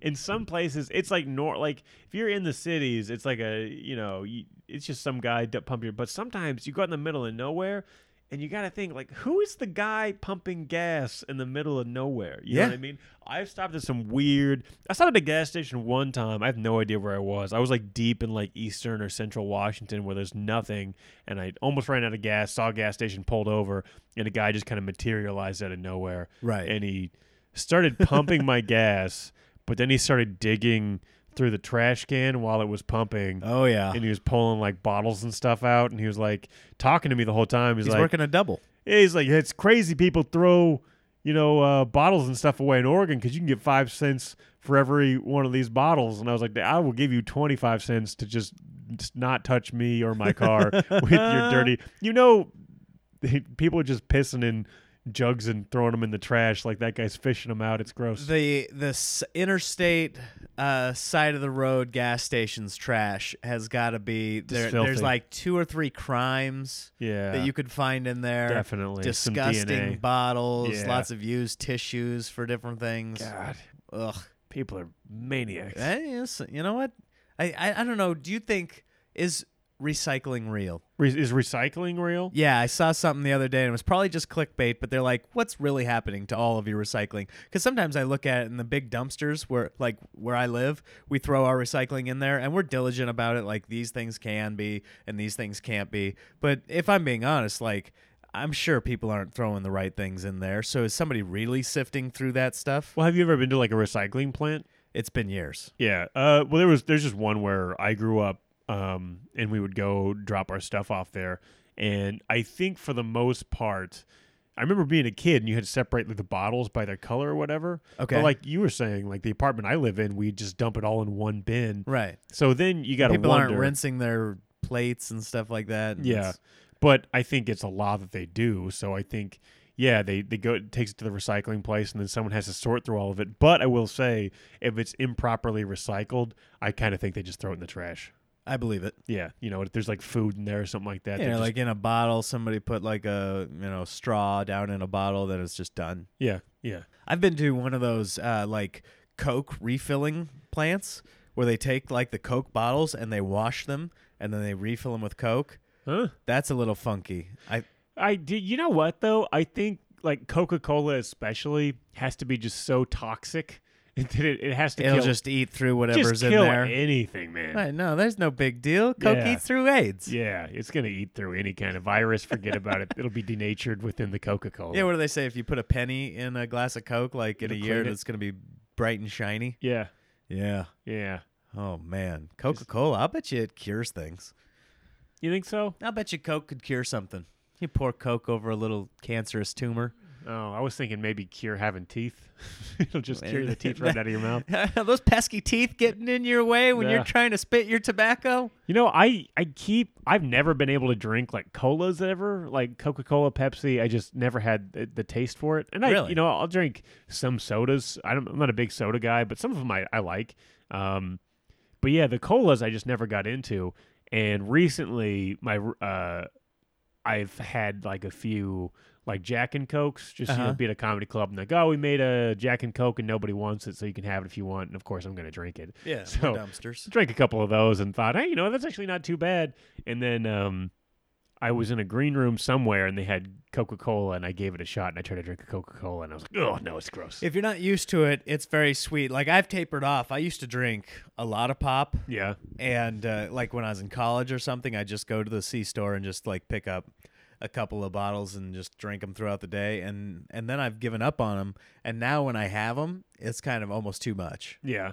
in some places it's like nor like if you're in the cities it's like a you know you, it's just some guy d- pumping but sometimes you go out in the middle of nowhere and you gotta think like who is the guy pumping gas in the middle of nowhere you know Yeah. what i mean i've stopped at some weird i stopped at a gas station one time i have no idea where i was i was like deep in like eastern or central washington where there's nothing and i almost ran out of gas saw a gas station pulled over and a guy just kind of materialized out of nowhere Right. and he started pumping my gas, but then he started digging through the trash can while it was pumping. Oh yeah, And he was pulling like bottles and stuff out, and he was like talking to me the whole time. He's, he's like, working a double. yeah, he's like, it's crazy people throw, you know, uh, bottles and stuff away in Oregon because you can get five cents for every one of these bottles. And I was like, I will give you 25 cents to just, just not touch me or my car with your dirty, you know, people are just pissing in jugs and throwing them in the trash. Like that guy's fishing them out. It's gross. The the s- interstate uh, side of the road gas station's trash has got to be there. filthy. There's like two or three crimes yeah. that you could find in there. Definitely. Some disgusting DNA. bottles, Yeah. lots of used tissues for different things. God, Ugh. people are maniacs. That is, you know what? I, I I don't know. Do you think is recycling real? Re- is recycling real? Yeah, I saw something the other day and it was probably just clickbait, but they're like, "What's really happening to all of your recycling?" Because sometimes I look at it in the big dumpsters where, like, where I live, we throw our recycling in there and we're diligent about it. Like these things can be and these things can't be. But if I'm being honest, like. I'm sure people aren't throwing the right things in there. So is somebody really sifting through that stuff? Well, have you ever been to like a recycling plant? It's been years. Yeah. Uh, well, there was there's just one where I grew up, um, and we would go drop our stuff off there, and I think for the most part, I remember being a kid and you had to separate like, the bottles by their color or whatever. Okay. But like you were saying, like the apartment I live in, we just dump it all in one bin. Right. So then you got to People wonder. aren't rinsing their plates and stuff like that. and Yeah, it's- but I think it's a law that they do. So I think, yeah, they they go it takes it to the recycling place, and then someone has to sort through all of it. But I will say, if it's improperly recycled, I kind of think they just throw it in the trash. I believe it. Yeah, you know, if there's like food in there or something like that. Yeah, they're just- like in a bottle, somebody put like a you know straw down in a bottle, then it's just done. yeah, yeah. I've been to one of those uh, like Coke refilling plants where they take like the Coke bottles and they wash them and then they refill them with Coke. Huh? That's a little funky. I I do. You know what though? I think like Coca Cola especially has to be just so toxic that it, it has to it'll kill just eat through just whatever's in kill there. anything, man. Right, no, there's no big deal. Coke Yeah. eats through AIDS. Yeah. Yeah, it's gonna eat through any kind of virus. Forget about it. It'll be denatured within the Coca Cola. what do they say? If you put a penny in a glass of Coke, like in a It'll year, clean it. it's gonna be bright and shiny. yeah, Yeah. yeah. Oh man, Coca Cola. I bet you it cures things. You think so? I bet you Coke could cure something. You pour Coke over a little cancerous tumor. Oh, I was thinking maybe cure having teeth. It'll just cure the teeth right out of your mouth. Those pesky teeth getting in your way when Yeah. you're trying to spit your tobacco. You know, I I keep I've never been able to drink like colas ever, like Coca Cola, Pepsi. I just never had the, the taste for it. And I, Really? you know, I'll drink some sodas. I don't, I'm not a big soda guy, but some of them I I like. Um, but yeah, the colas I just never got into. And recently, my uh, I've had like a few like Jack and Cokes. Just you know, Uh-huh. be at a comedy club and like, oh, we made a Jack and Coke and nobody wants it, so you can have it if you want. And of course, I'm gonna drink it Yeah, So- dumpsters. drank a couple of those and thought, hey, you know, that's actually not too bad. And then um, I was in a green room somewhere and they had Coca Cola and I gave it a shot and I tried to drink a Coca Cola and I was like, oh no, it's gross. If you're not used to it, it's very sweet. Like I've tapered off. I used to drink a lot of pop, yeah, and uh, like when I was in college or something, I just go to the C store and just like pick up a couple of bottles and just drink them throughout the day. And and then I've given up on them. And now when I have them, it's kind of almost too much. yeah,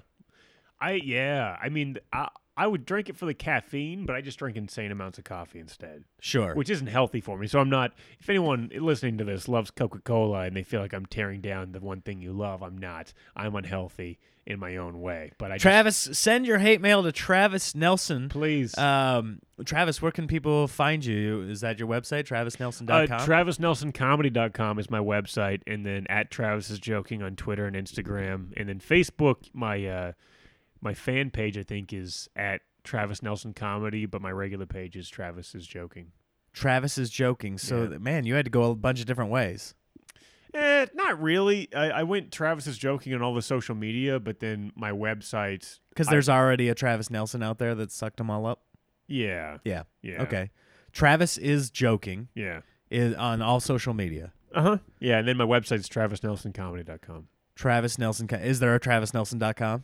I yeah. I mean, I I would drink it for the caffeine, but I just drink insane amounts of coffee instead, Sure. which isn't healthy for me. So I'm not. If anyone listening to this loves Coca Cola and they feel like I'm tearing down the one thing you love, I'm not. I'm unhealthy in my own way. But I just, Travis, send your hate mail to Travis Nelson. please. Um, Travis, where can people find you? Is that your website, Uh, travisnelson.com? TravisNelsonComedy.com is my website, and then at Travis is joking on Twitter and Instagram, and then Facebook. My uh, my fan page, I think, is at Travis Nelson Comedy, but my regular page is Travis is joking. Travis is joking. So, Yeah. th- man, you had to go a bunch of different ways. Eh, not really. I, I went Travis is joking on all the social media, but then my website. Because I- there's already a Travis Nelson out there that sucked them all up. Yeah, Yeah. yeah, Okay. Travis is joking yeah. is on all social media. Uh huh. Yeah, and then my website's TravisNelsonComedy.com. Travis Nelson. co- Is there a travisnelson.com?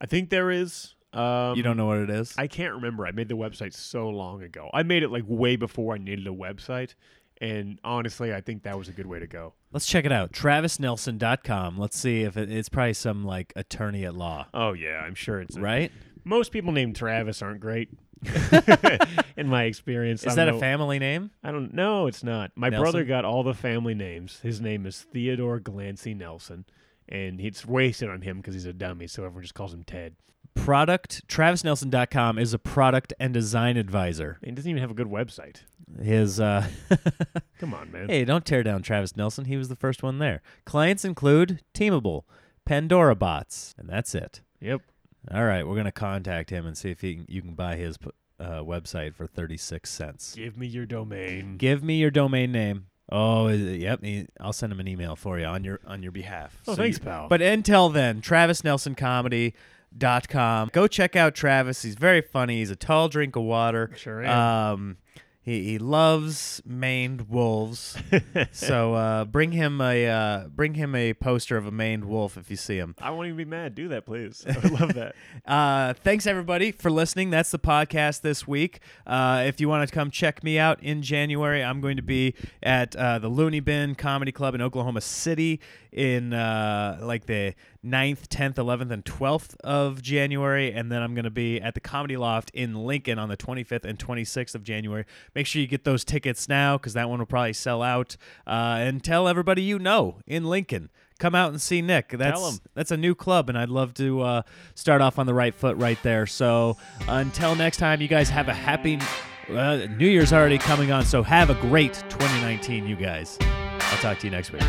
I think there is. Um, you don't know what it is? I can't remember. I made the website so long ago. I made it like way before I needed a website. And honestly, I think that was a good way to go. Let's check it out. TravisNelson.com. Let's see if it, it's probably some like attorney at law, Oh yeah, I'm sure it's right? Most people named Travis aren't great, in my experience. Is I that don't a know- family name? I don't know. It's not. My Nelson? brother got all the family names. His name is Theodore Glancy Nelson, and it's wasted on him because he's a dummy. So everyone just calls him Ted. product travisnelson.com is a product and design advisor He doesn't even have a good website. his uh Come on, man. hey don't tear down travis nelson he was the first one there clients include teamable pandora bots and that's it Yep. all right we're gonna contact him and see if he can, you can buy his uh, website for 36 cents Give me your domain. give me your domain name oh is it- yep he- i'll send him an email for you on your on your behalf Oh, So thanks, you- pal. But until then, travisnelsoncomedy.com. Go check out Travis. He's very funny. He's a tall drink of water. Sure Um, he, he loves maned wolves. so uh, bring him a uh, bring him a poster of a maned wolf if you see him. I won't even be mad. Do that, please. I would love that. Uh, thanks everybody for listening. That's the podcast this week. Uh, if you want to come check me out in January, I'm going to be at uh, the Looney Bin Comedy Club in Oklahoma City in uh, like the 9th, 10th, 11th, and 12th of January, and then I'm going to be at the Comedy Loft in Lincoln on the 25th and 26th of January. Make sure you get those tickets now because that one will probably sell out. Uh, and tell everybody you know in Lincoln. Come out and see Nick. That's 'em. that's a new club, and I'd love to uh, start off on the right foot right there. So until next time, you guys have a happy uh, New Year's already coming on. So have a great 2019, you guys. I'll talk to you next week.